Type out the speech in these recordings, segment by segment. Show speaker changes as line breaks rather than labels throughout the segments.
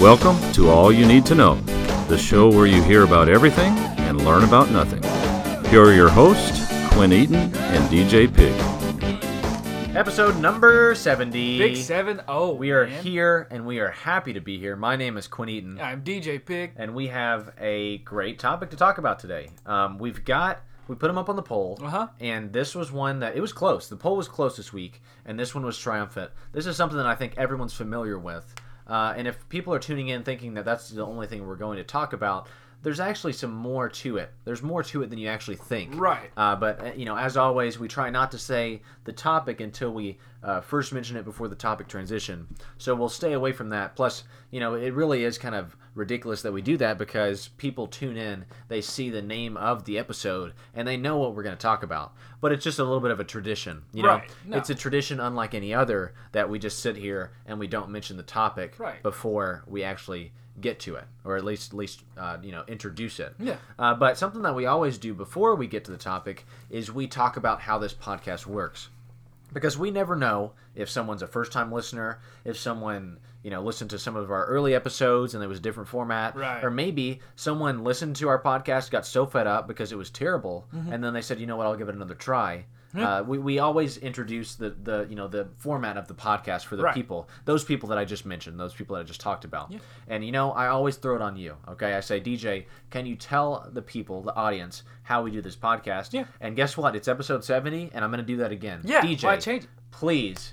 Welcome to All You Need to Know, the show where you hear about everything and learn about nothing. Here are your hosts, Quinn Eaton and DJ Pig.
Episode number 70.
Big seven oh.
We are
man.
here and we are happy to be here. My name is Quinn Eaton,
I'm DJ Pig.
and we have a great topic to talk about today. Um, we've got, we put them up on the poll,
Uh-huh.
and this was one that, it was close. The poll was close this week, and this one was triumphant. This is something that I think everyone's familiar with. Uh, and if people are tuning in thinking that that's the only thing we're going to talk about, there's actually some more to it. There's more to it than you actually think.
Right.
Uh, but uh, you know, as always, we try not to say the topic until we uh, first mention it before the topic transition. So we'll stay away from that. Plus, you know, it really is kind of ridiculous that we do that because people tune in, they see the name of the episode, and they know what we're going to talk about. But it's just a little bit of a tradition, you know.
Right. No.
It's a tradition unlike any other that we just sit here and we don't mention the topic
Right.
before we actually get to it, or at least at least uh, you know introduce it.
Yeah.
Uh, but something that we always do before we get to the topic is we talk about how this podcast works. Because we never know if someone's a first-time listener, if someone you know listened to some of our early episodes and it was a different format,
Right.
or maybe someone listened to our podcast, got so fed up because it was terrible,
Mm-hmm.
and then they said, you know what, I'll give it another try. Uh, we, we always introduce the, the you know the format of the podcast for the
Right.
people, those people that I just mentioned, those people that I just talked about. And you know, I always throw it on you. Okay, I say, DJ, can you tell the people, the audience, how we do this podcast?
Yeah.
And guess what? It's episode seventy, and I'm going to do that again.
Yeah,
DJ,
why change it?
please,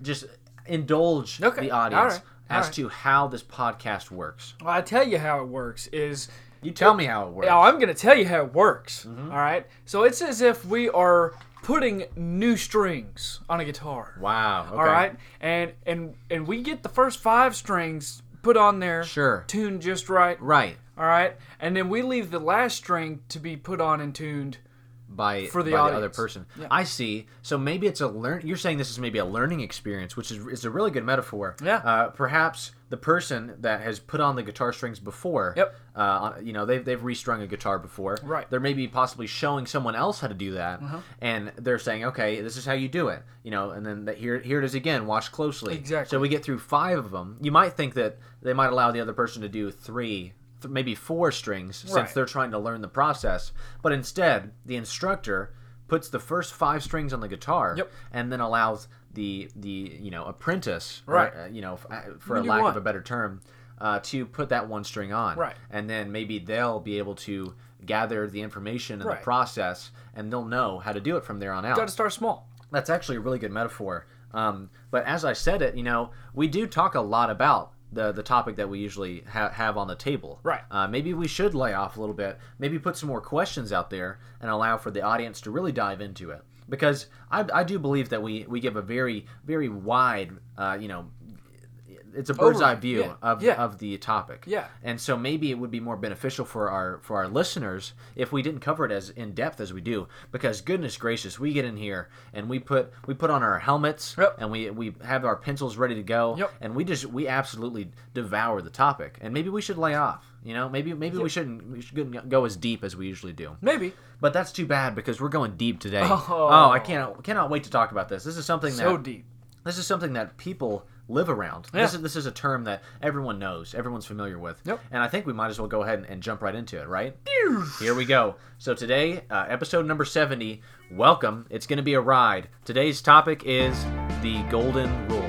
just indulge
Okay,
the audience
alright,
as
alright.
to how this podcast works.
Well, I tell you how it works is
You tell me how it works.
now I'm gonna tell you how it works.
Mm-hmm.
all right. So it's as if we are putting new strings on a guitar.
wow. Okay.
All right. And and and we get the first five strings put on there.
Sure.
Tuned just right.
Right.
All right. And then we leave the last string to be put on and tuned.
by
For the
by
audience.
other person.
Yeah.
I see. So maybe it's a learn. You're saying this is maybe a learning experience, which is is a really good metaphor.
Yeah.
Uh, perhaps the person that has put on the guitar strings before.
Yep.
Uh, on- you know they've they've restrung a guitar before.
Right. Uh-huh.
They're maybe possibly showing someone else how to do that, and they're saying, okay, this is how you do it. You know, and then that here here it is again. Watch closely.
Exactly.
So we get through five of them. You might think that they might allow the other person to do three. th- Maybe four strings since
Right.
they're trying to learn the process. But instead, the instructor puts the first five strings on the guitar
Yep.
and then allows the the you know apprentice or,
Right.
uh, you know f- uh, for a
You do
lack of
one.
a better term uh, to put that one string on
Right.
and then maybe they'll be able to gather the information and
Right.
the process and they'll know how to do it from there on out
Got to start small.
that's actually a really good metaphor. Um, but as I said it, you know, we do talk a lot about the the topic that we usually ha- have on the table.
Right.
Uh, maybe we should lay off a little bit. Maybe put some more questions out there and allow for the audience to really dive into it. Because I, I do believe that we, we give a very very wide uh, you know it's a bird's eye
Overview,
view
yeah,
of
yeah.
of the topic.
Yeah.
And so maybe it would be more beneficial for our for our listeners if we didn't cover it as in depth as we do, because goodness gracious, we get in here and we put we put on our helmets
Yep.
and we we have our pencils ready to go
Yep.
and we just we absolutely devour the topic. And maybe we should lay off. You know, maybe maybe we shouldn't we shouldn't go as deep as we usually do.
Maybe.
But that's too bad because we're going deep today.
Oh.
I cannot cannot wait to talk about this. This is something
So
that
deep.
this is something that people live around. This
Yeah.
is this is a term that everyone knows, everyone's familiar with.
Yep.
And I think we might as well go ahead and, and jump right into it, right? Here we go. So today, uh, episode number seventy. Welcome. It's going to be a ride. Today's topic is the golden rule.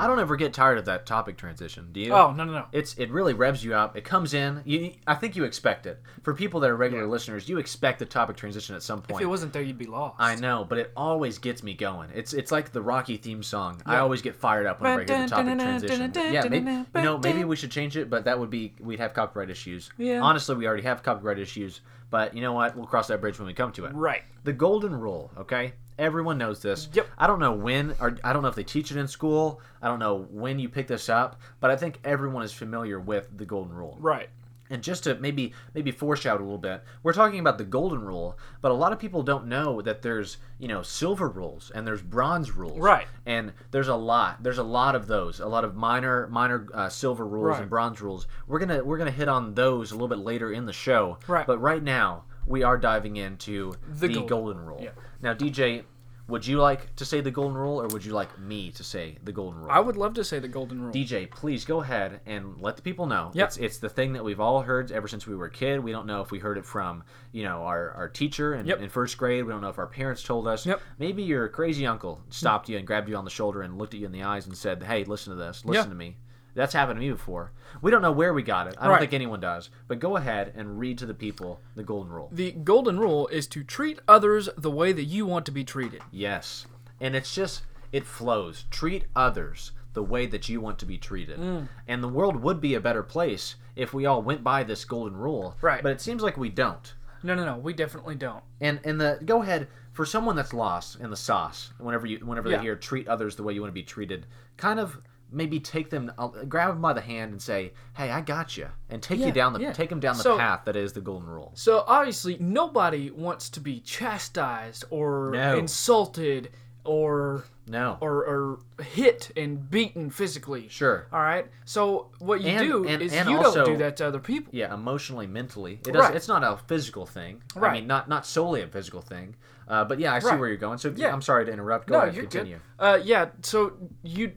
I don't ever get tired of that topic transition. Do you?
Oh no no no.
it's it really revs you up. It comes in. You, I think you expect it. For people that are regular listeners, you expect the topic transition at some
If
point.
it wasn't there, you'd be lost.
I know, but it always gets me going. It's it's like the Rocky theme song. I always get fired up whenever I hear the topic transition. Yeah, maybe you know maybe we should change it, but that would be we'd have copyright issues.
Yeah.
Honestly, we already have copyright issues, but you know what? We'll cross that bridge when we come to it.
Right.
The golden rule, okay? Everyone knows this.
Yep.
I don't know when, or I don't know if they teach it in school. I don't know when you pick this up, but I think everyone is familiar with the golden rule.
Right.
And just to maybe maybe foreshadow a little bit, we're talking about the golden rule, but a lot of people don't know that there's you know silver rules and there's bronze rules,
Right.
And there's a lot, there's a lot of those, a lot of minor minor uh, silver rules
Right.
and bronze rules. We're gonna we're gonna hit on those a little bit later in the show,
Right.
But right now we are diving into
The
the,
golden-
golden, rule.
yeah.
Now, DJ, would you like to say the golden rule, or would you like me to say the golden rule?
I would love to say the golden rule.
DJ, please go ahead and let the people know.
Yep.
It's, it's the thing that we've all heard ever since we were a kid. We don't know if we heard it from, you know, our, our teacher in,
Yep.
in first grade. We don't know if our parents told us.
Yep.
Maybe your crazy uncle stopped you and grabbed you on the shoulder and looked at you in the eyes and said, hey, listen to this. Listen
Yeah.
to me. That's happened to me before. We don't know where we got it. I don't
Right.
think anyone does. But go ahead and read to the people the golden rule.
The golden rule is to treat others the way that you want to be treated.
Yes. And it's just, it flows. Treat others the way that you want to be treated.
Mm.
And the world would be a better place if we all went by this golden rule.
Right.
But it seems like we don't.
No, no, no. We definitely don't.
And and the go ahead for someone that's lost in the sauce. Whenever you whenever
Yeah.
they hear treat others the way you want to be treated, kind of maybe take them uh, grab them by the hand and say, "Hey, I got you," and take
Yeah,
you down the
yeah.
take them down the
So-
path that is the golden rule.
So obviously, nobody wants to be chastised or
No.
insulted or
No.
or or hit and beaten physically.
Sure.
All right. So what you
And-
do
and-
is
and
you
also-
don't do that to other people.
yeah emotionally mentally it does,
Right.
it's not a physical thing
Right.
i mean not not solely a physical thing uh, but yeah i see
Right.
where you're going so
Yeah.
i'm sorry to interrupt go
No,
ahead
you're
continue
good. Uh, yeah. So you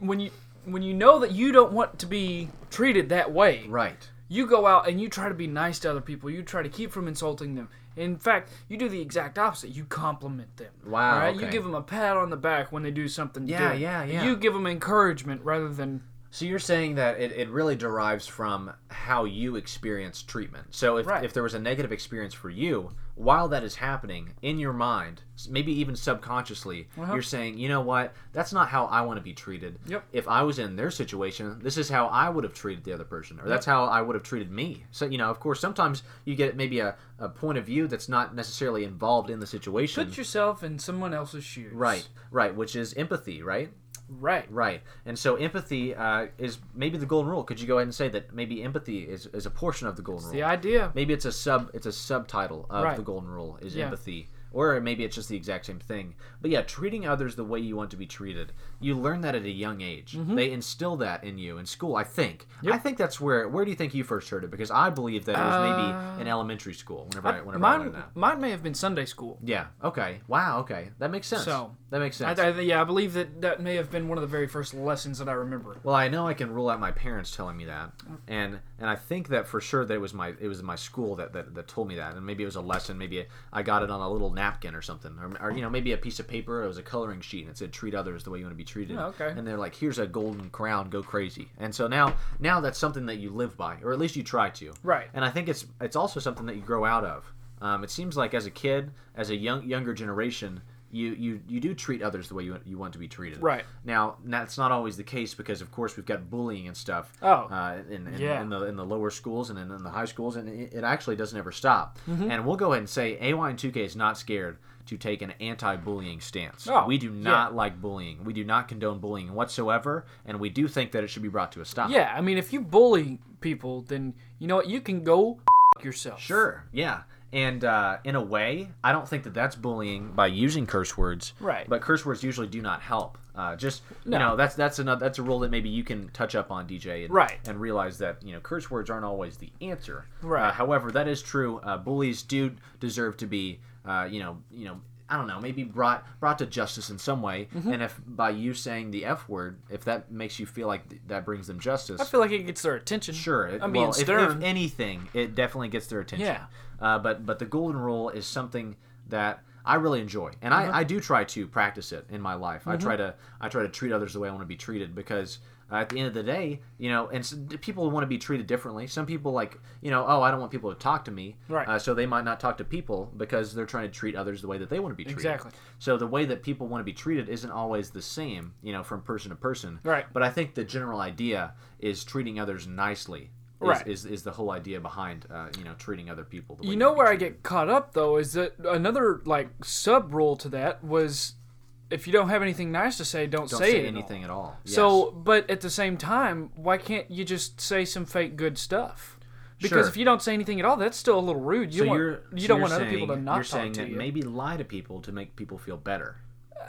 when you when you know that you don't want to be treated that way,
right
you go out and you try to be nice to other people. You try to keep from insulting them. In fact, you do the exact opposite. You compliment them.
Wow,
All right? You
okay.
give them a pat on the back when they do something.
Yeah,
good.
yeah,
And
yeah.
You give them encouragement rather than
so you're saying that it, it really derives from how you experience treatment so if,
Right.
if there was a negative experience for you while that is happening in your mind s- maybe even subconsciously you're saying you know what that's not how i want to be treated
Uh-huh. Yep.
if i was in their situation this is how i would have treated the other person or that's how i would have treated me so you know of course sometimes you get maybe a, a point of view that's not necessarily involved in the situation
put yourself in someone else's shoes.
right right which is empathy right
Right.
Right. And so empathy uh, is maybe the golden rule. Could you go ahead and say that maybe empathy is, is a portion of the golden rule?
The idea.
Maybe it's a sub it's a subtitle of
Right.
the golden rule is
Yeah.
empathy. Or maybe it's just the exact same thing. But yeah, treating others the way you want to be treated. You learn that at a young age.
Mm-hmm.
They instill that in you in school, I think. I think that's where where do you think you first heard it? Because I believe that it was maybe in elementary school whenever I, whenever I
Uh, Mine,
learned that.
mine may have been Sunday school.
Yeah. Okay. Wow, okay. That makes sense.
So,
that makes
I,
sense.
I, yeah, I believe that that may have been one of the very first lessons that I remember.
Well, I know I can rule out my parents telling me that, and and I think that for sure that it was my it was my school that that, that told me that, and maybe it was a lesson, maybe I got it on a little napkin or something, or, or you know maybe a piece of paper, it was a coloring sheet, and it said treat others the way you want to be treated.
Oh, okay.
And they're like, here's a golden crown, go crazy. And so now now that's something that you live by, or at least you try to.
Right.
And I think it's it's also something that you grow out of. Um, it seems like as a kid, as a young younger generation. You, you, you do treat others the way you want, you want to be treated.
Right.
Now that's not always the case because, of course, we've got bullying and stuff.
Oh.
uh, in, in,
Yeah.
in the in the lower schools and in, in the high schools, and it, it actually doesn't ever stop.
Mm-hmm.
And we'll go ahead and say AY and 2K is not scared to take an anti-bullying stance.
Oh,
we do
yeah.
not like bullying. We do not condone bullying whatsoever, and we do think that it should be brought to a stop.
Yeah, I mean, if you bully people, then you know what? You can go f- yourself.
Sure. Yeah. And uh, in a way, I don't think that that's bullying by using curse words.
Right.
But curse words usually do not help. Uh, just
No.
you know, that's that's another that's a rule that maybe you can touch up on DJ. And,
Right.
And realize that you know curse words aren't always the answer.
Right.
Uh, however, that is true. Uh, bullies do deserve to be uh, you know you know. I don't know, maybe brought brought to justice in some way,
Mm-hmm.
and if by you saying the f word, if that makes you feel like th- that brings them justice,
I feel like it gets their attention.
Sure. It,
I'm being
well, if-
stern.
If, anything, it definitely gets their attention.
Yeah.
Uh, but but the golden rule is something that I really enjoy, and
Uh-huh.
I, I do try to practice it in my life.
Mm-hmm.
I try to I try to treat others the way I want to be treated because. Uh, at the end of the day, you know, and s people want to be treated differently. Some people like, you know, oh, I don't want people to talk to me,
Right.
Uh, so they might not talk to people because they're trying to treat others the way that they want to be treated.
Exactly.
So the way that people want to be treated isn't always the same, you know, from person to person.
Right.
But I think the general idea is treating others nicely. Is,
Right.
Is, is the whole idea behind uh, you know treating other people. The way
you know
want
where
to
I get caught up though is that another like sub rule to that was if you don't have anything nice to say, don't,
be- don't
say,
say,
it at all.
anything at all.
So, but at the same time, why can't you just say some fake good stuff? Because
Sure.
if you don't say anything at all, that's still a little rude. You
So
don't want,
you're
you
so
don't
you're
want other people to
saying-
not
You're
talk
saying
to
that
you.
maybe lie to people to make people feel better.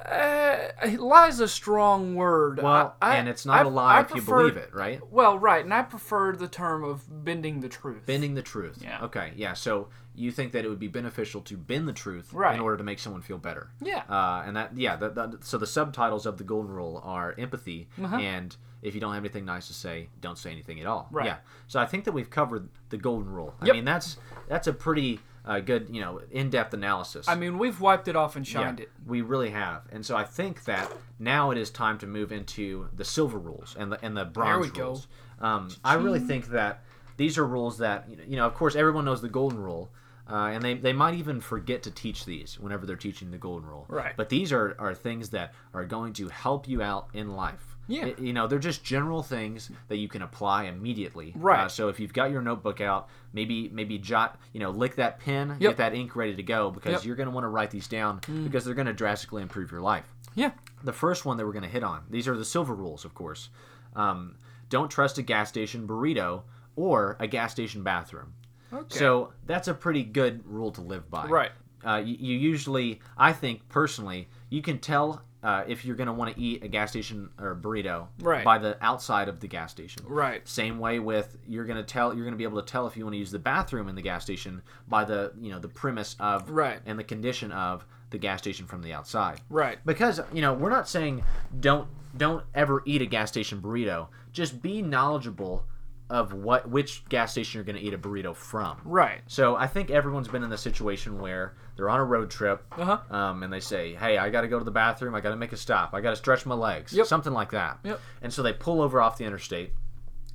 Uh, lie's a strong word.
Well,
I- I-
and it's not
I-
a lie
I
if you
prefer-
believe it, right?
Well, right, and I prefer the term of bending the truth.
Bending the truth.
Yeah.
Okay. Yeah. So you think that it would be beneficial to bend the truth
Right.
in order to make someone feel better.
Yeah.
Uh, and that yeah. That, that, so the subtitles of the Golden Rule are empathy
Uh-huh.
and if you don't have anything nice to say, don't say anything at all.
Right.
Yeah. So I think that we've covered the Golden Rule.
Yep.
I mean that's that's a pretty uh, good you know in-depth analysis.
I mean, we've wiped it off and shined
Yeah,
it.
We really have, and so I think that now it is time to move into the silver rules and the and the bronze
we go.
rules. Um, I really think that these are rules that you know- you know. Of course, everyone knows the golden rule, uh, and they they might even forget to teach these whenever they're teaching the golden rule.
Right.
But these are are things that are going to help you out in life.
Yeah.
Y- you know, they're just general things that you can apply immediately.
Right.
Uh, so if you've got your notebook out, maybe maybe jot, you know, lick that pen,
Yep.
get that ink ready to go because
Yep. Mm.
you're going to want to write these down because they're going to drastically improve your life.
Yeah.
The first one that we're going to hit on. These are the silver rules, of course. Um, don't trust a gas station burrito or a gas station bathroom.
Okay.
So that's a pretty good rule to live by.
Right.
Uh, you, you usually, I think personally, you can tell uh, if you're going to want to eat a gas station or a burrito
Right.
by the outside of the gas station.
Right.
Same way with you're going to tell you're going to be able to tell if you want to use the bathroom in the gas station by the you know the premise of
Right.
and the condition of the gas station from the outside.
Right.
Because you know we're not saying don't don't ever eat a gas station burrito. Just be knowledgeable of what which gas station you're going to eat a burrito from.
Right.
So I think everyone's been in the situation where they're on a road trip,
Uh-huh.
um, and they say, "Hey, I got to go to the bathroom. I got to make a stop. I got to stretch my legs.
Yep.
Something like that."
Yep.
And so they pull over off the interstate,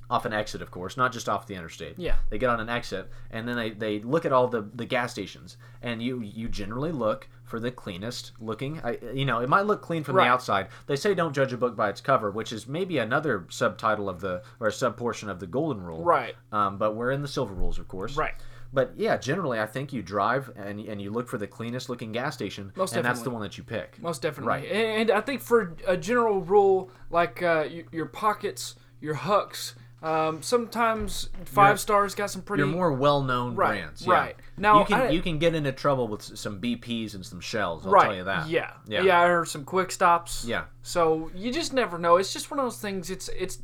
off an exit, of course, not just off the interstate.
Yeah.
They get on an exit, and then they, they look at all the, the gas stations, and you you generally look for the cleanest looking. I, you know, it might look clean from
Right.
the outside. They say don't judge a book by its cover, which is maybe another subtitle of the or sub portion of the Golden Rule.
Right.
Um, but we're in the Silver Rules, of course.
Right.
But yeah, generally, I think you drive and and you look for the cleanest looking gas station,
Most
and that's
definitely.
the one that you pick.
Most definitely.
Right.
And, and I think for a general rule, like uh, y- your pockets, your hucks, um, sometimes 5 stars got some pretty.
You're more well-known
Right,
brands, yeah.
right. Now,
you can
I-
you can get into trouble with s- some BPs and some shells. I'll
right.
tell you that.
Yeah.
yeah,
Yeah. I heard some quick stops.
Yeah.
So you just never know. It's just one of those things. It's it's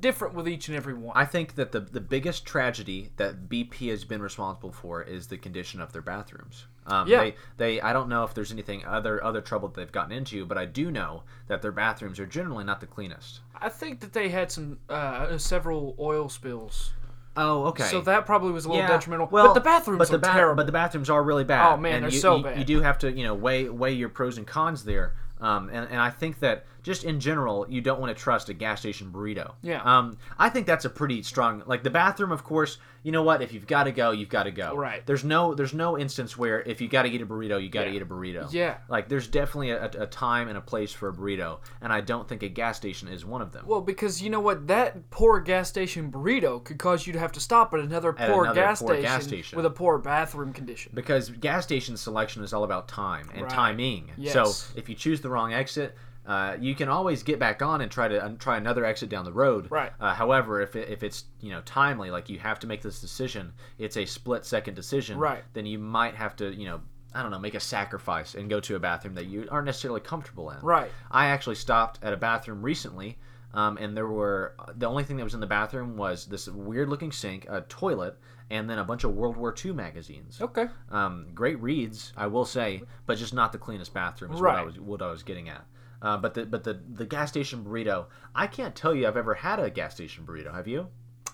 different with each and every one.
I think that the the biggest tragedy that BP has been responsible for is the condition of their bathrooms. Um,
Yeah.
They, they I don't know if there's anything other other trouble that they've gotten into, but I do know that their bathrooms are generally not the cleanest.
I think that they had some uh, several oil spills.
Oh, okay.
So that probably was a little detrimental.
Well,
but the bathrooms
but the
are
ba-
terrible.
But the bathrooms are really bad.
Oh, man,
and
they're
you,
so
you,
bad.
You do have to, you know, weigh weigh your pros and cons there. Um, and, and I think that just in general, you don't want to trust a gas station burrito.
Yeah.
Um, I think that's a pretty strong. Like the bathroom, of course. You know what? If you've got to go, you've got to go.
Right.
There's no there's no instance where if you got to eat a burrito, you got to
Yeah.
eat a burrito.
Yeah.
Like there's definitely a, a time and a place for a burrito, and I don't think a gas station is one of them.
Well, because you know what, that poor gas station burrito could cause you to have to stop at another
At
poor,
another
gas,
poor
station
gas station.
with a poor bathroom condition.
because gas station selection is all about time and
Right.
timing.
Yes.
So if you choose the wrong exit, uh, you can always get back on and try to and try another exit down the road.
Right.
Uh, however, if, it, if it's you know timely, like you have to make this decision, it's a split second decision.
Right.
Then you might have to you know I don't know make a sacrifice and go to a bathroom that you aren't necessarily comfortable in.
Right.
I actually stopped at a bathroom recently, um, and there were the only thing that was in the bathroom was this weird looking sink, a toilet, and then a bunch of World War II magazines.
Okay.
Um, great reads, I will say, but just not the cleanest bathroom is what I
Right.
was what I was getting at. Uh, but the but the the gas station burrito, I can't tell you I've ever had a gas station burrito. Have you?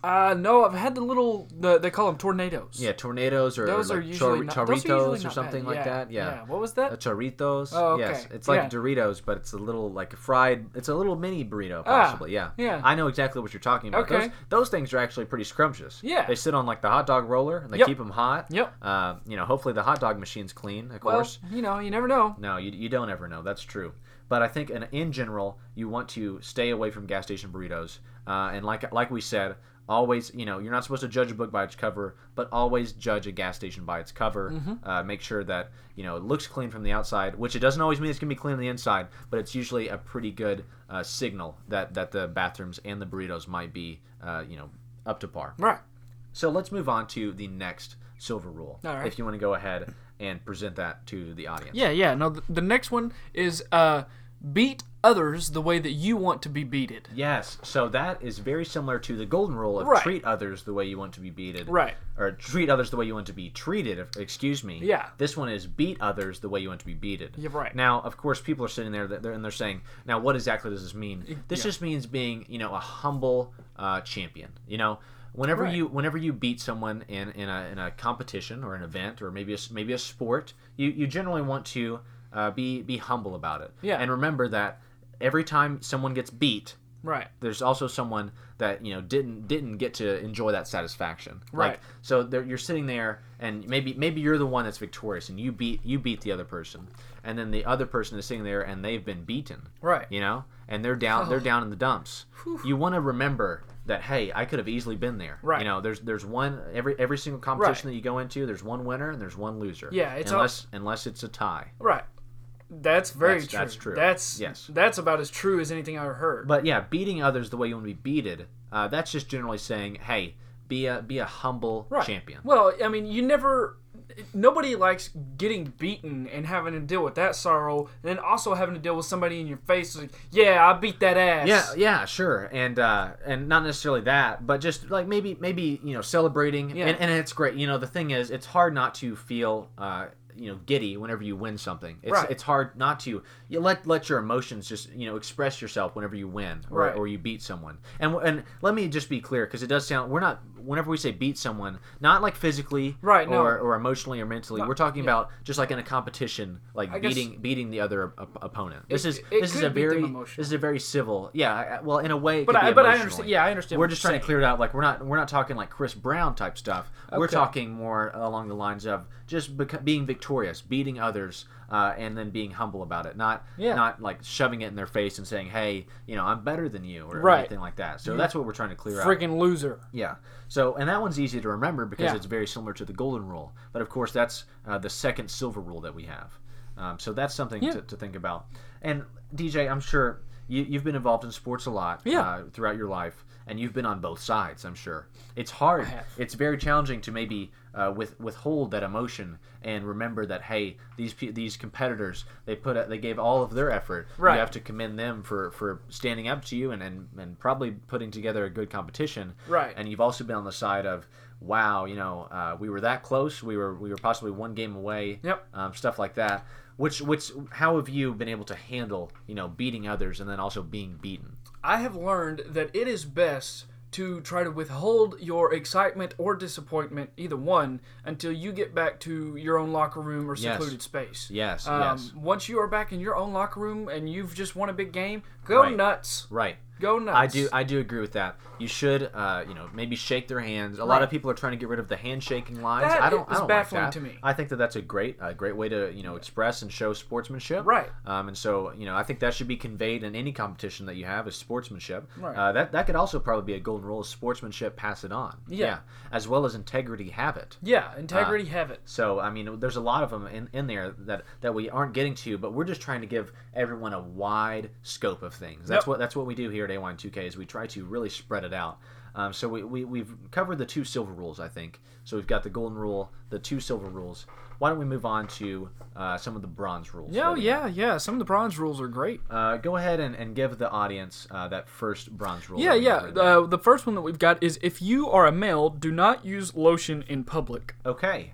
Uh, no, I've had the little the, they call them tornadoes.
Yeah, tornadoes or
Those are
like
usually
chor-
not, those are usually
choritos or
not bad.
something like
Yeah,
that. Yeah.
What was
Uh,
that?
Choritos.
Oh,
Yes,
okay.
it's like
Yeah.
Doritos, but it's a little like a fried. It's a little mini burrito, possibly. yeah.
Ah, yeah.
I know exactly what you're talking about.
Okay.
Those, those things are actually pretty scrumptious.
Yeah.
They sit on like the hot dog roller and they
Yep.
keep them hot.
Yep.
Uh, you know, hopefully the hot dog machine's clean, of
well,
course.
you know, you never know.
No, you, you don't ever know. That's true. But I think in, in general, you want to stay away from gas station burritos. Uh, and like like we said, always you know you're not supposed to judge a book by its cover, but always judge a gas station by its cover.
Mm-hmm.
Uh, make sure that you know it looks clean from the outside, which it doesn't always mean it's gonna be clean on the inside, but it's usually a pretty good uh, signal that that the bathrooms and the burritos might be uh, you know up to par.
Right.
So let's move on to the next silver rule.
All right.
If you want to go ahead and present that to the audience.
Yeah, yeah. No, the, the next one is uh, beat others the way that you want to be beated.
Yes, so that is very similar to the golden rule of
Right.
treat others the way you want to be beated.
Right.
Or treat others the way you want to be treated, if- excuse me.
Yeah.
This one is beat others the way you want to be beated.
Yeah, right.
Now, of course, people are sitting there that- they're- and they're saying, now, what exactly does this mean? This
E, yeah.
just means being, you know, a humble uh, champion. You know, whenever
Right.
you whenever you beat someone in, in, a, in a competition or an event or maybe a, s- maybe a sport, you, you generally want to uh, be, be humble about it.
Yeah.
And remember that every time someone gets beat,
Right.
there's also someone that you know didn't didn't get to enjoy that satisfaction
Right.
like, so there, you're sitting there and maybe maybe you're the one that's victorious and you beat you beat the other person and then the other person is sitting there and they've been beaten
Right. Oh.
you know and they're down they're down in the dumps you want to remember that hey i could have easily been there
Right.
you know there's there's one every every single competition that you go into there's one winner and there's one loser
Yeah, it's all-
unless unless it's a tie
Right. That's very
That's-
true.
that's true.
That's
Yes.
That's about as true as anything I've heard.
But yeah, beating others the way you want to be beated, uh, that's just generally saying, hey, be a be a humble
Right.
champion.
Well, I mean, you never. Nobody likes getting beaten and having to deal with that sorrow, and then also having to deal with somebody in your face like, "Yeah, I beat that ass."
Yeah, yeah, sure, and uh, and not necessarily that, but just like maybe maybe you know celebrating,
Yeah.
and, and it's great. You know, the thing is, it's hard not to feel uh, you know giddy whenever you win something. It's,
Right.
it's hard not to you let let your emotions just you know express yourself whenever you win or,
Right.
or you beat someone. And and let me just be clear because it does sound we're not whenever we say beat someone, not like physically,
Right,
or,
no.
or emotionally or mentally. we're talking about just like in a competition, like
guess-
beating beating the other op- opponent. This is
it
this is
could
a
beat them
very
emotionally.
this is a very civil. Yeah, I- I- well, in a way, it
But
could be
I, but I
emotionally.
understand. Yeah, I understand.
We're
what
just
you're
trying to
saying.
clear it out. Like we're not we're not talking like Chris Brown type stuff. We're
Okay.
talking more along the lines of just bec- being victorious, beating others, uh, and then being humble about it. Not
Yeah.
not like shoving it in their face and saying, "Hey, you know, I'm better than you" or
Right. Mm-hmm.
anything like that. So that's what we're trying to clear out.
Freaking loser.
Yeah. So, and that one's easy to remember because
Yeah.
it's very similar to the golden rule. But of course, that's uh, the second silver rule that we have. Um, so that's something
Yeah.
to, to think about. And DJ, I'm sure you, you've been involved in sports a lot
Yeah.
uh, throughout your life, and you've been on both sides. I'm sure it's hard.
have.
It's very challenging to maybe uh, with withhold that emotion and remember that hey, these pe- these competitors they put a, they gave all of their effort.
Right.
You have to commend them for for standing up to you and and, and probably putting together a good competition
Right.
and you've also been on the side of wow you know uh, we were that close we were we were possibly one game away
Yep.
um, stuff like that which which how have you been able to handle you know beating others and then also being beaten
I have learned that it is best to try to withhold your excitement or disappointment, either one, until you get back to your own locker room or
Yes.
secluded space.
yes
Um,
yes
Once you are back in your own locker room and you've just won a big game, go
Right.
nuts.
right
Go nuts.
I do. I do agree with that. You should, uh, you know, maybe shake their hands. A lot of people are trying to get rid of the handshaking lines.
That
I don't.
is
I don't
baffling
like that.
to me.
I think that that's a great, a great way to you know express and show sportsmanship.
Right.
Um, and so you know, I think that should be conveyed in any competition that you have is sportsmanship.
Right.
Uh, that that could also probably be a golden rule: is sportsmanship, pass it on.
Yeah.
As well as integrity, have it.
Yeah, integrity, have it.
So I mean, there's a lot of them in, in there that that we aren't getting to, but we're just trying to give everyone a wide scope of things. That's
Yep.
what that's what we do here at AY2K is we try to really spread it out. Um, so we, we we've covered the two silver rules, I think. So we've got the golden rule, the two silver rules. Why don't we move on to uh, some of the bronze rules?
Yeah,
that we
yeah, yeah. Some of the bronze rules are great.
have? Uh, go ahead and, and give the audience uh, that first bronze rule.
Yeah,
that we
yeah.
read.
Uh, the first one that we've got is if you are a male, do not use lotion in public.
Okay.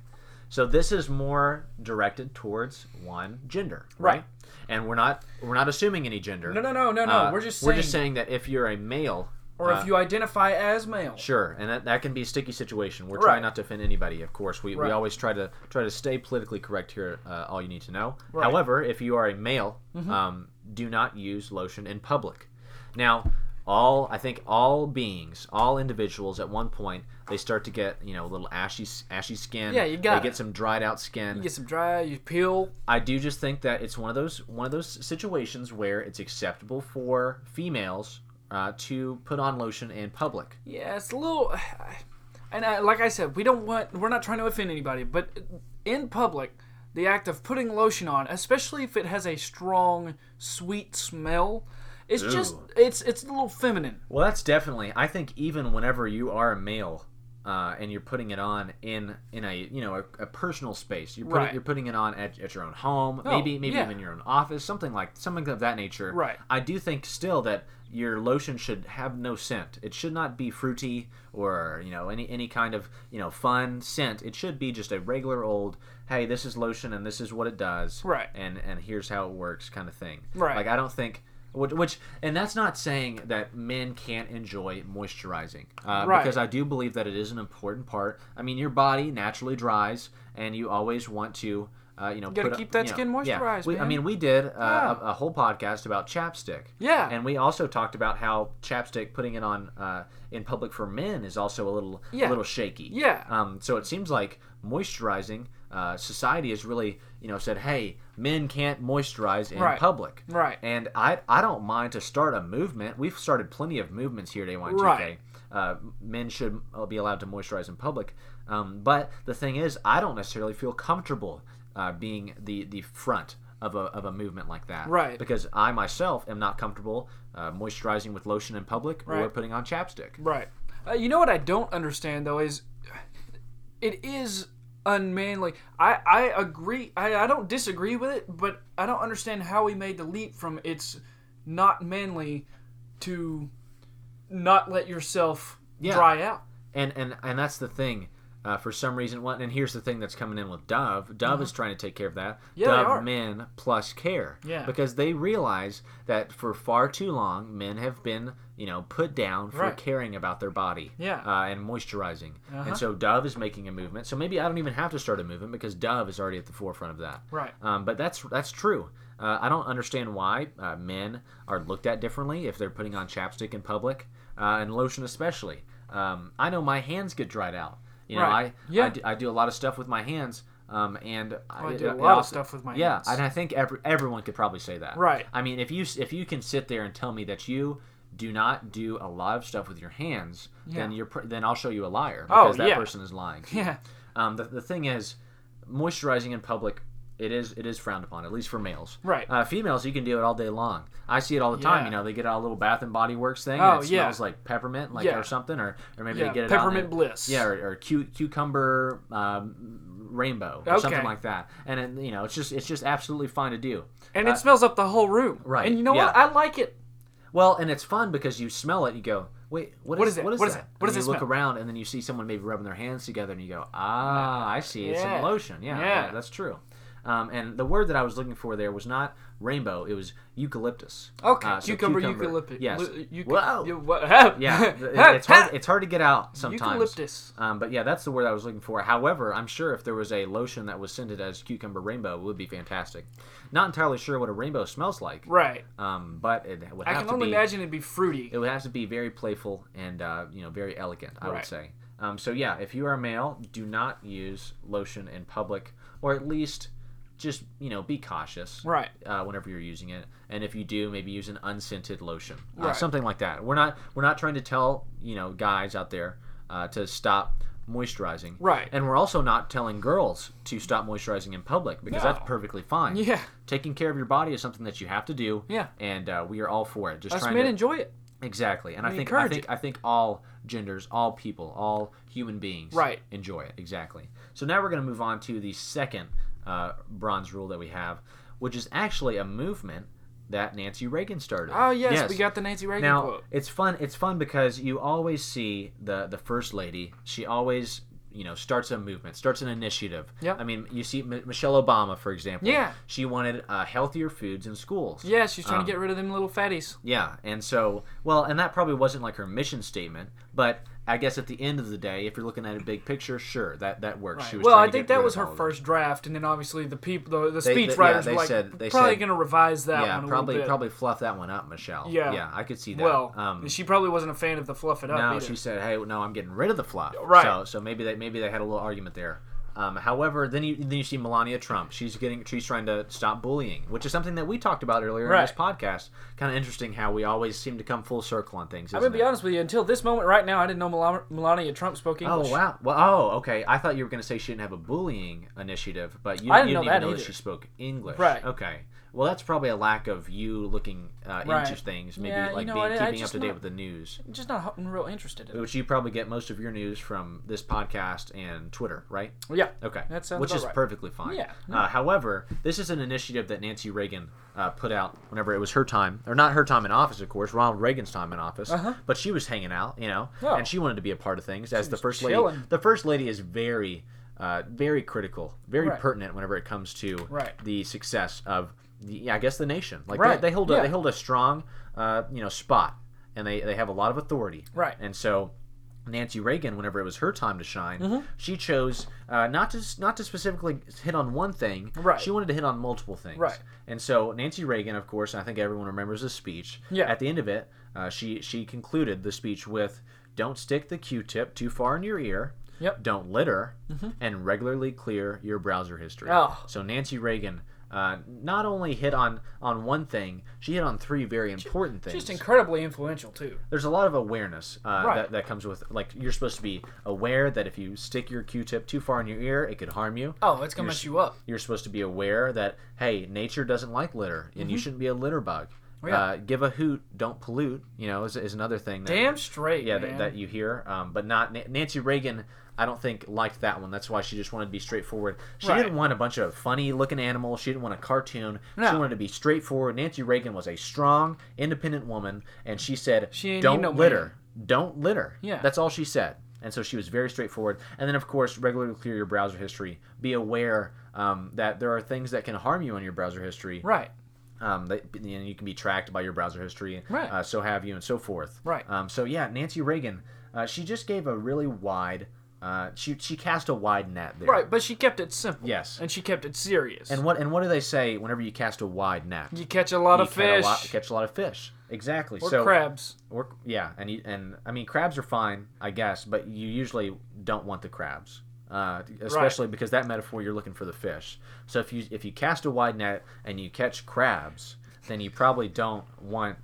So this is more directed towards one gender,
Right.
right? And we're not we're not assuming any gender.
No, no, no, no, no.
Uh,
we're just
we're just saying
saying-
that if you're a male,
Or
uh,
if you identify as male.
sure, and that, that can be a sticky situation. We're
Right.
trying not to offend anybody, of course. We,
Right.
we always try to try to stay politically correct here. at, Uh, all you need to know. However, if you are a male,
Mm-hmm.
um, do not use lotion in public. Now, all I think all beings, all individuals, at one point they start to get you know a little ashy ashy skin.
Yeah, you
They
gotta.
get some dried out skin.
You get some dry, you peel.
I do just think that it's one of those one of those situations where it's acceptable for females uh, to put on lotion in public.
Yeah, it's a little. And I, like I said, we don't want. We're not trying to offend anybody, but in public, the act of putting lotion on, especially if it has a strong, sweet smell, it's just. It's it's a little feminine.
Well, that's definitely. I think even whenever you are a male, uh, and you're putting it on in in a you know a, a personal space. You're, put,
Right.
you're putting it on at, at your own home,
Oh,
maybe maybe
yeah.
even your own office, something like something of that nature.
Right.
I do think still that your lotion should have no scent. It should not be fruity or you know any any kind of you know fun scent. It should be just a regular old hey, this is lotion and this is what it does.
Right.
And and here's how it works kind of thing.
Right.
Like I don't think. Which, which and that's not saying that men can't enjoy moisturizing uh,
Right.
because I do believe that it is an important part. I mean, your body naturally dries, and you always want to, uh, you know,
gotta
put
keep
up-
that
you know-
skin moisturized,
We, I
man.
mean, we did uh, a, a whole podcast about chapstick.
Yeah.
and we also talked about how chapstick, putting it on uh, in public for men, is also a little, a
Yeah.
little shaky.
Yeah.
Um, so it seems like moisturizing. Uh, society has really, you know, said, "Hey, men can't moisturize in
Right.
public."
Right.
And I, I don't mind to start a movement. We've started plenty of movements here at A1TK.
Right.
Uh, men should uh, be allowed to moisturize in public. Um, but the thing is, I don't necessarily feel comfortable uh, being the, the front of a, of a movement like that.
Right.
Because I myself am not comfortable uh, moisturizing with lotion in public or
Right.
putting on chapstick.
Right. Uh, you know what I don't understand though is it is unmanly. I I agree. I, I don't disagree with it, but I don't understand how we made the leap from it's not manly to not let yourself
Yeah.
dry out.
and and and that's the thing uh, for some reason one and here's the thing that's coming in with dove dove is trying to take care of that
Yeah, they
dove
are.
men plus care
Yeah.
because they realize that for far too long men have been you know put down for
Right.
caring about their body
Yeah.
uh, and moisturizing
Uh-huh.
and so dove is making a movement so maybe i don't even have to start a movement because dove is already at the forefront of that
Right.
um, but that's that's true. Uh, I don't understand why uh, men are looked at differently if they're putting on chapstick in public uh, and lotion especially. Um, I know my hands get dried out. You know,
Right.
I, I,
Yeah. Oh,
do, I do a lot of stuff with my hands. Um, and
I do
it-
a
it
lot of
also-
stuff with my
yeah,
hands.
and I think every, everyone could probably say that.
Right.
I mean, if you s- if you can sit there and tell me that you do not do a lot of stuff with your hands, then
Yeah.
you're pr- then I'll show you a liar
Oh,
because that
yeah.
person is lying. to you.
Yeah.
Um, the, the thing is, moisturizing in public, it is it is frowned upon, at least for males.
Right.
Uh, females, you can do it all day long. I see it all the time.
Yeah.
You know, they get out a little Bath and Body Works thing.
Oh,
and it
yeah.
smells like peppermint, like
Yeah.
or something, or or maybe
Yeah,
they get it
peppermint
out in-
bliss.
Yeah, or, or cu- cucumber um, rainbow, or something
Okay.
like that. And it, you know, it's just it's just absolutely fine to do.
And it smells up the whole room.
Uh, right,
And you know what?
yeah.
I like it.
Well, and it's fun because you smell it, you go. Wait, what is,
is it?
What is
What is
that?
it? What
and
does
you
it
look
smell?
around, and then you see someone maybe rubbing their hands together, and you go, "Ah, I see. It's
Yeah.
some lotion. Yeah,
Yeah.
yeah, that's true." Um, and the word that I was looking for there was not rainbow; it was eucalyptus.
Okay.
Uh, so
cucumber, eucalyptus.
Yes.
Lu- uh, euca-
Whoa.
you- what-
Yeah, th- it- it's hard, it's hard to get out sometimes.
Eucalyptus.
Um, but yeah, that's the word I was looking for. However, I'm sure if there was a lotion that was scented as cucumber rainbow, it would be fantastic. Not entirely sure what a rainbow smells like.
Right.
Um, but it would
I
have
can
to
only
be
imagine it'd be fruity.
it would have to be very playful and uh, you know very elegant i would
Right.
say um, so yeah if you are a male do not use lotion in public or at least just you know be cautious
Right.
uh, whenever you're using it and if you do maybe use an unscented lotion uh,
Right.
something like that we're not we're not trying to tell you know guys out there uh, to stop moisturizing
Right.
and we're also not telling girls to stop moisturizing in public because
No.
that's perfectly fine
Yeah.
taking care of your body is something that you have to do
Yeah.
and uh, we are all for it just
Us
trying
men
to
enjoy it.
Exactly, and I
We
think I
encourage
think
it.
I think all genders, all people, all human beings,
Right.
enjoy it. Exactly. So now we're going to move on to the second uh, bronze rule that we have, which is actually a movement that Nancy Reagan started.
Oh yes, we got the Nancy Reagan
now
quote.
it's fun. It's fun because you always see the the first lady. She always you know starts a movement, starts an initiative.
Yep.
I mean, you see M- Michelle Obama, for example.
Yeah.
She wanted uh, healthier foods in schools.
Yeah, she's trying
Um,
to get rid of them little fatties.
Yeah, and so well, and that probably wasn't like her mission statement, but I guess at the end of the day, if you're looking at a big picture, sure, that that works. She was
Well,
trying
I
to
think
get rid
that was
of
her
all of it.
first draft, and then obviously the people, the, the
They-
speech
they- yeah,
writers
they
were like,
said- they
probably
said-
going to revise that
Yeah,
one a
probably
little bit.
probably fluff that one up, Michelle.
Yeah.
yeah, I could see that.
well,
um,
she probably wasn't a fan of the fluff it up.
no,
either.
she said, "Hey, no, I'm getting rid of the fluff."
Right.
So, so maybe they maybe they had a little argument there. Um, however, then you then you see Melania Trump. She's getting she's trying to stop bullying, which is something that we talked about earlier in this podcast. Kind of interesting how we always seem to come full circle on things.
I'm
Isn't it?
gonna be honest with you. Until this moment, right now, I didn't know Melania, Melania Trump spoke
Oh
English.
wow! Well, oh okay. I thought you were going to say she didn't have a bullying initiative, but you,
I didn't
you
know
didn't
that
even know that
either.
she spoke English.
Right.
Okay. well, that's probably a lack of you looking uh,
Right.
into things, maybe
Yeah, you
like
know
being,
what, I- I
keeping up
just
to date
not-
with the news.
I'm just not ho- real interested in it.
Which you probably get most of your news from this podcast and Twitter, right?
Yeah.
Okay.
That sounds
Which
about
is
right.
perfectly fine.
Yeah,
Uh, however, this is an initiative that Nancy Reagan uh, put out whenever it was her time, or not her time in office, of course, Ronald Reagan's time in office.
Uh-huh.
But she was hanging out, you know,
Oh.
and she wanted to be a part of things as the
was
first lady.
chilling.
The first lady is very, uh, very critical, very
Right.
pertinent whenever it comes to
Right.
the success of, the, yeah, I guess, the nation. Like
Right,
they, they hold a,
yeah.
they hold a strong, uh, you know, spot, and they they have a lot of authority.
Right.
And so Nancy Reagan, whenever it was her time to shine,
Mm-hmm.
she chose uh, not to not to specifically hit on one thing.
Right.
She wanted to hit on multiple things.
Right.
And so Nancy Reagan, of course, and I think everyone remembers this speech.
Yeah.
At the end of it, uh, she she concluded the speech with, "Don't stick the Q-tip too far in your ear."
Yep. Mm-hmm.
Don't litter, and regularly clear your browser history.
Oh.
So Nancy Reagan uh, not only hit on on one thing, she hit on three very important things
Just incredibly influential too.
there's a lot of awareness uh,
Right.
that, that comes with like you're supposed to be aware that if you stick your q-tip too far in your ear it could harm you
Oh, it's gonna mess you up.
you're supposed to be aware that hey nature doesn't like litter and you shouldn't be a litter bug
Mm-hmm. yeah.
uh, give a hoot don't pollute you know is, is another thing that,
Damn straight.
yeah
man.
that, that you hear um, but not Na- nancy reagan i don't think liked that one that's why she just wanted to be straightforward she
Right.
didn't want a bunch of funny looking animals she didn't want a cartoon she
No.
wanted to be straightforward nancy reagan was a strong independent woman and she said
She ain't
don't
need no
litter don't litter
Yeah.
that's all she said and so she was very straightforward and then of course regularly clear your browser history be aware um, that there are things that can harm you on your browser history
right.
um, that you, know, you can be tracked by your browser history,
Right.
uh, so have you, and so forth.
Right.
Um, so yeah, Nancy Reagan, uh, she just gave a really wide, uh, she she cast a wide net there.
Right, but she kept it simple.
Yes.
And she kept it serious.
And what and what do they say whenever you cast a wide net?
you catch a lot
You
of
ca- a
fish
lot- catch a lot of fish. Exactly.
or
so
crabs.
or yeah, and you, and I mean crabs are fine, I guess, but you usually don't want the crabs, uh, especially because that metaphor you're looking for the fish. So if you if you cast a wide net and you catch crabs, then you probably don't want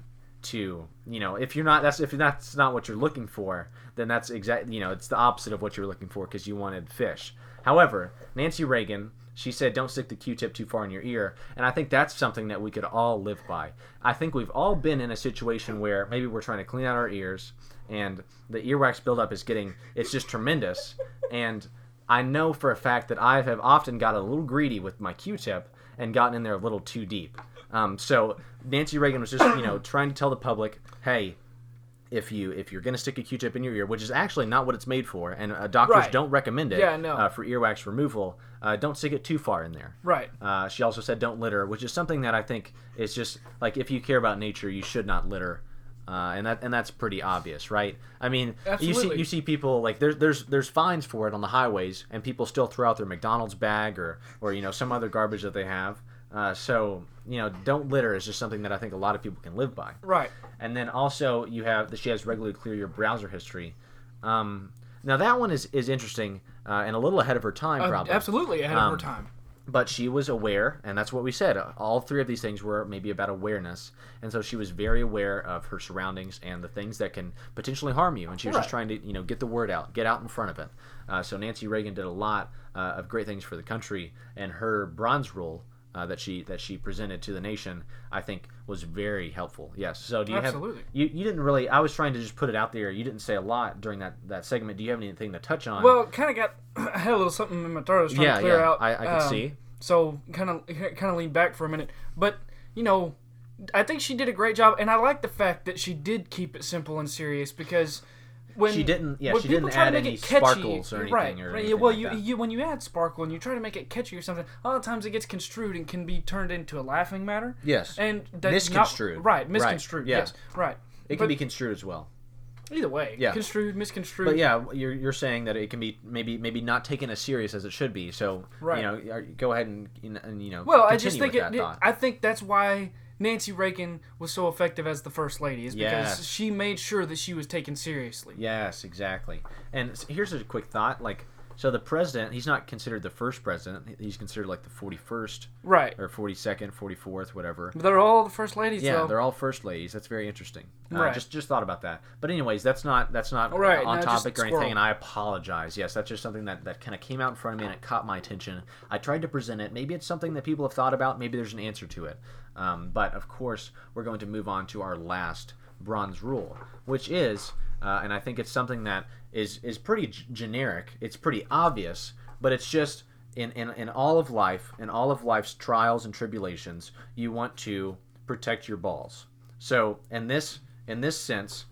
to you know if you're not that's if that's not what you're looking for, then that's exactly you know it's the opposite of what you're looking for because you wanted fish. However, Nancy Reagan. She said, "Don't stick the Q-tip too far in your ear," and I think that's something that we could all live by. I think we've all been in a situation where maybe we're trying to clean out our ears, and the earwax buildup is getting—it's just tremendous. And I know for a fact that I have often got a little greedy with my Q-tip and gotten in there a little too deep. Um, so Nancy Reagan was just, you know, trying to tell the public, "Hey, if you if you're gonna stick a Q-tip in your ear, which is actually not what it's made for, and uh, doctors
Right.
don't recommend it
Yeah, no.
uh, for earwax removal, uh, don't stick it too far in there."
Right.
Uh, she also said, "Don't litter," which is something that I think is just like if you care about nature, you should not litter, uh, and that and that's pretty obvious, right? I mean, you see
Absolutely.
you see people like there's there's there's fines for it on the highways, and people still throw out their McDonald's bag or or you know some other garbage that they have. Uh, so you know, don't litter is just something that I think a lot of people can live by.
Right.
And then also you have that she has regularly clear your browser history. Um, now that one is is interesting uh, and a little ahead of her time,
Uh,
probably
absolutely ahead
Um,
of her time.
but she was aware and that's what we said all three of these things were maybe about awareness and so she was very aware of her surroundings and the things that can potentially harm you and she was just trying to you know get the word out get out in front of it uh, so nancy reagan did a lot uh, of great things for the country and her bronze rule uh, that she that she presented to the nation i think was very helpful yes so do you
Absolutely.
have you, you didn't really i was trying to just put it out there you didn't say a lot during that that segment do you have anything to touch on
Well, kind of got I had a little something in my throat. I was trying
Yeah,
to clear
yeah,
out. um,
I- I could see.
So kind of kind of lean back for a minute, but you know, I think she did a great job, and I like the fact that she did keep it simple and serious because when
She didn't- yeah,
when
she
people
didn't
try
add
to make
any
it catchy,
sparkles or
right,
anything or
right, yeah,
anything
well,
like
you,
that.
you when you add sparkle and you try to make it catchy or something, a lot of times it gets construed and can be turned into a laughing matter.
Yes.
and that's not-
Misconstrued.
right?
Right,
Misconstrued.
yeah.
Yes, right.
it can be construed as well
either way.
Yeah.
construed, misconstrued.
But yeah, you're, you're saying that it can be maybe maybe not taken as serious as it should be. So
Right.
you know, are- go ahead and, and, and, you know.
Well, I
continue
just think
with
it,
that thought.
I think that's why Nancy Reagan was so effective as the first lady is because
Yes.
she made sure that she was taken seriously.
yes, exactly. And s- here's a quick thought: like So the president, he's not considered the first president. He's considered like the 41st
Right.
or 42nd, 44th, whatever.
They're all the first ladies,
Yeah,
though.
they're all first ladies. That's very interesting. Uh,
Right.
Just just thought about that. But anyways, that's not that's not uh,
Right,
on
no, just
topic or
squirrel.
anything. And I apologize. Yes, that's just something that that kind of came out in front of me and it caught my attention. I tried to present it. Maybe it's something that people have thought about. Maybe there's an answer to it. Um, but of course, we're going to move on to our last bronze rule, which is, uh, and I think it's something that is is pretty g- generic. It's pretty obvious, but it's just. In, in, in all of life, in all of life's trials and tribulations, you want to protect your balls. So in this in this sense,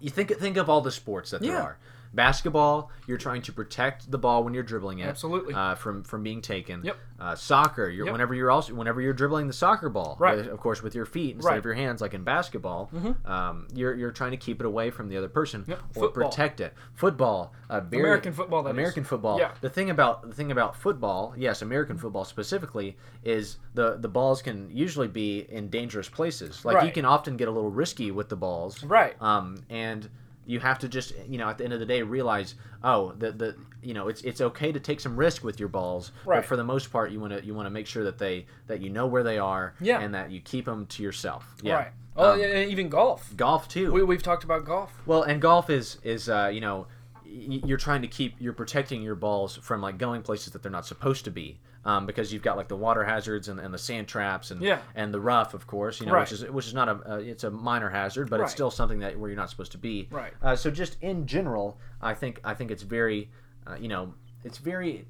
you think think of all the sports that there
Yeah.
are. Basketball, you're trying to protect the ball when you're dribbling it,
Absolutely.
uh, from from being taken.
Yep.
Uh, soccer, you're,
Yep.
whenever you're also whenever you're dribbling the soccer ball,
Right.
with- of course with your feet instead
Right. Mm-hmm.
of your hands, like in basketball, um, you're you're trying to keep it away from the other person
Yep.
or
Football.
protect it. Football, uh, very,
American football, that is.
American football.
Yeah.
The thing about the thing about football, yes, American football specifically, is the the balls can usually be in dangerous places. Like you
Right.
can often get a little risky with the balls,
Right.
um, and you have to just you know at the end of the day realize oh the the you know it's it's okay to take some risk with your balls
Right.
but for the most part you want to you want to make sure that they that you know where they are
Yeah.
and that you keep them to yourself yeah
Right. Oh,
Um,
yeah, yeah, even golf.
golf too
We, we've talked about golf.
well, and golf is is uh, you know y- you're trying to keep you're protecting your balls from like going places that they're not supposed to be um, because you've got like the water hazards and, and the sand traps and
Yeah.
and the rough of course you know
Right.
which is which is not a uh, it's a minor hazard but
Right.
it's still something that where you're not supposed to be
Right.
uh, so just in general I think I think it's very uh, you know it's very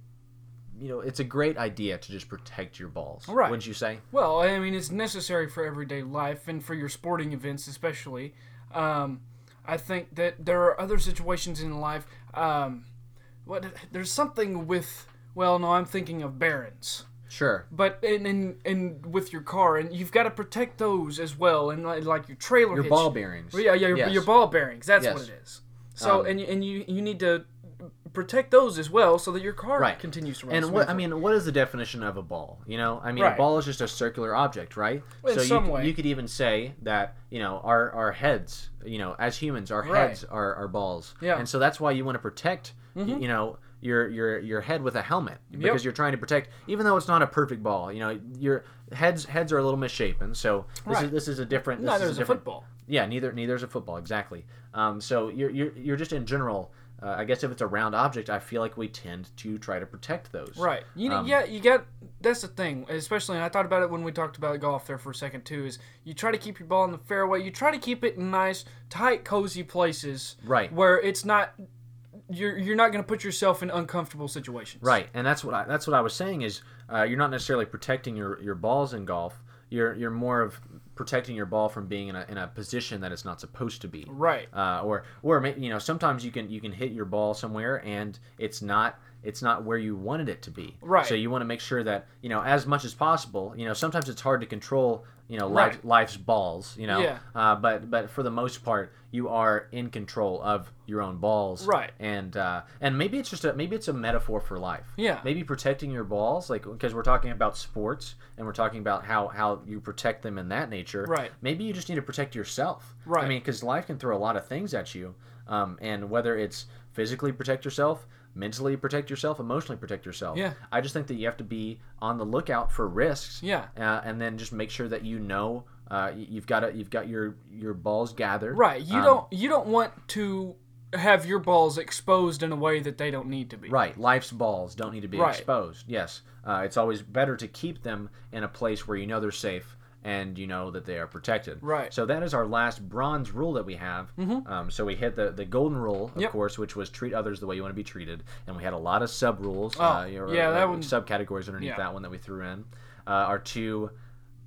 you know it's a great idea to just protect your balls
Right.
wouldn't you say
Well, I mean, it's necessary for everyday life and for your sporting events, especially. Um, I think that there are other situations in life. Um, what there's something with. Well, no, I'm thinking of barons.
sure
But and and, and with your car, and you've got to protect those as well, and like, like your trailer.
your
hitch.
ball bearings
Well, yeah, yeah, your,
Yes.
your ball bearings. That's what
Yes. Um,
it is. So and and you- and you you need to protect those as well, so that your car
right
continues to run.
and what i
smoothly.
mean what is the definition of a ball you know i mean
Right.
a ball is just a circular object right
Well, in
so
some
you, c-
way.
you could even say that you know our our heads you know as humans our
Right.
heads are our balls
Yeah. Mm-hmm.
and so that's why you want to protect y- you know your your your head with a helmet because you're trying to protect even though it's not a perfect ball you know your heads heads are a little misshapen so this
Right.
is this is a different this
neither
is
is
a
a
different
football.
yeah, neither neither is a football exactly. Um, so you're, you're you're just in general. Uh, I guess if it's a round object, I feel like we tend to try to protect those.
Right. You
Um,
know, yeah, you got that's the thing, especially and I thought about it when we talked about golf there for a second too, is you try to keep your ball in the fairway, you try to keep it in nice, tight, cozy places.
Right.
Where it's not you're you're not gonna put yourself in uncomfortable situations.
Right, and that's what I, that's what I was saying is uh, you're not necessarily protecting your, your balls in golf. You're you're more of protecting your ball from being in a, in a position that it's not supposed to be.
Right.
Uh, or or may- you know sometimes you can you can hit your ball somewhere and it's not it's not where you wanted it to be.
Right.
So you want to make sure that you know as much as possible. You know sometimes it's hard to control you know life,
Right.
life's balls. You know.
Yeah.
Uh, but but for the most part you are in control of your own balls.
Right.
And uh, and maybe it's just a maybe it's a metaphor for life.
Yeah.
Maybe protecting your balls, like because we're talking about sports and we're talking about how how you protect them in that nature.
Right.
Maybe you just need to protect yourself.
Right.
I mean, because life can throw a lot of things at you, um, and whether it's physically protect yourself, mentally protect yourself, emotionally protect yourself.
Yeah.
I just think that you have to be on the lookout for risks.
Yeah.
Uh, and then just make sure that you know. Uh, y- you've got to, you've got your your balls gathered.
Right. You
Um,
don't you don't want to have your balls exposed in a way that they don't need to be.
Right. Life's balls don't need to be
Right.
exposed. Yes. Uh, it's always better to keep them in a place where you know they're safe and you know that they are protected.
Right. Mm-hmm.
So that is our last bronze rule that we have. Um, so we hit the, the golden rule, of
Yep.
course, which was treat others the way you want to be treated. And we had a lot of sub rules.
Oh, yeah, that one-
Subcategories underneath
Yeah.
that one that we threw in. Uh, our two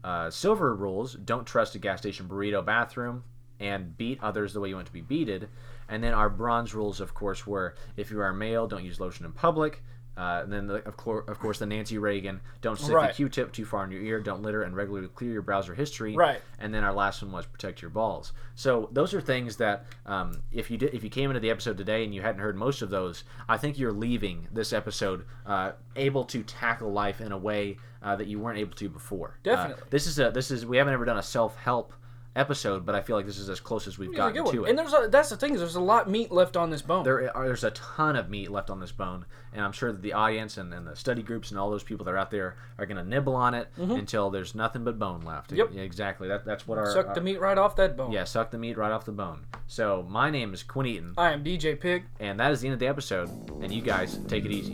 uh, silver rules don't trust a gas station burrito bathroom and beat others the way you want to be beated and then our bronze rules of course were if you are male don't use lotion in public uh, and then the, of, cour- of course the nancy reagan don't stick
Right.
the q-tip too far in your ear don't litter and regularly clear your browser history
Right.
and then our last one was protect your balls so those are things that um, if you did if you came into the episode today and you hadn't heard most of those i think you're leaving this episode uh, able to tackle life in a way uh, that you weren't able to before Uh,
Definitely.
this is a this is we haven't ever done a self help episode, but I feel like this is as close as we've
Really
gotten
good one.
to it.
And there's a, that's the thing is there's a lot of meat left on this bone.
there are, there's a ton of meat left on this bone, and I'm sure that the audience and, and the study groups and all those people that are out there are going to nibble on it until there's nothing but bone left.
Mm-hmm. Yep.
Yeah, exactly. That, that's what our
Suck
our-
the meat right off that bone.
uh, Yeah, suck the meat right off the bone. So my name is Quinn Eaton,
I am DJ Pig.
and that is the end of the episode. And you guys take it easy.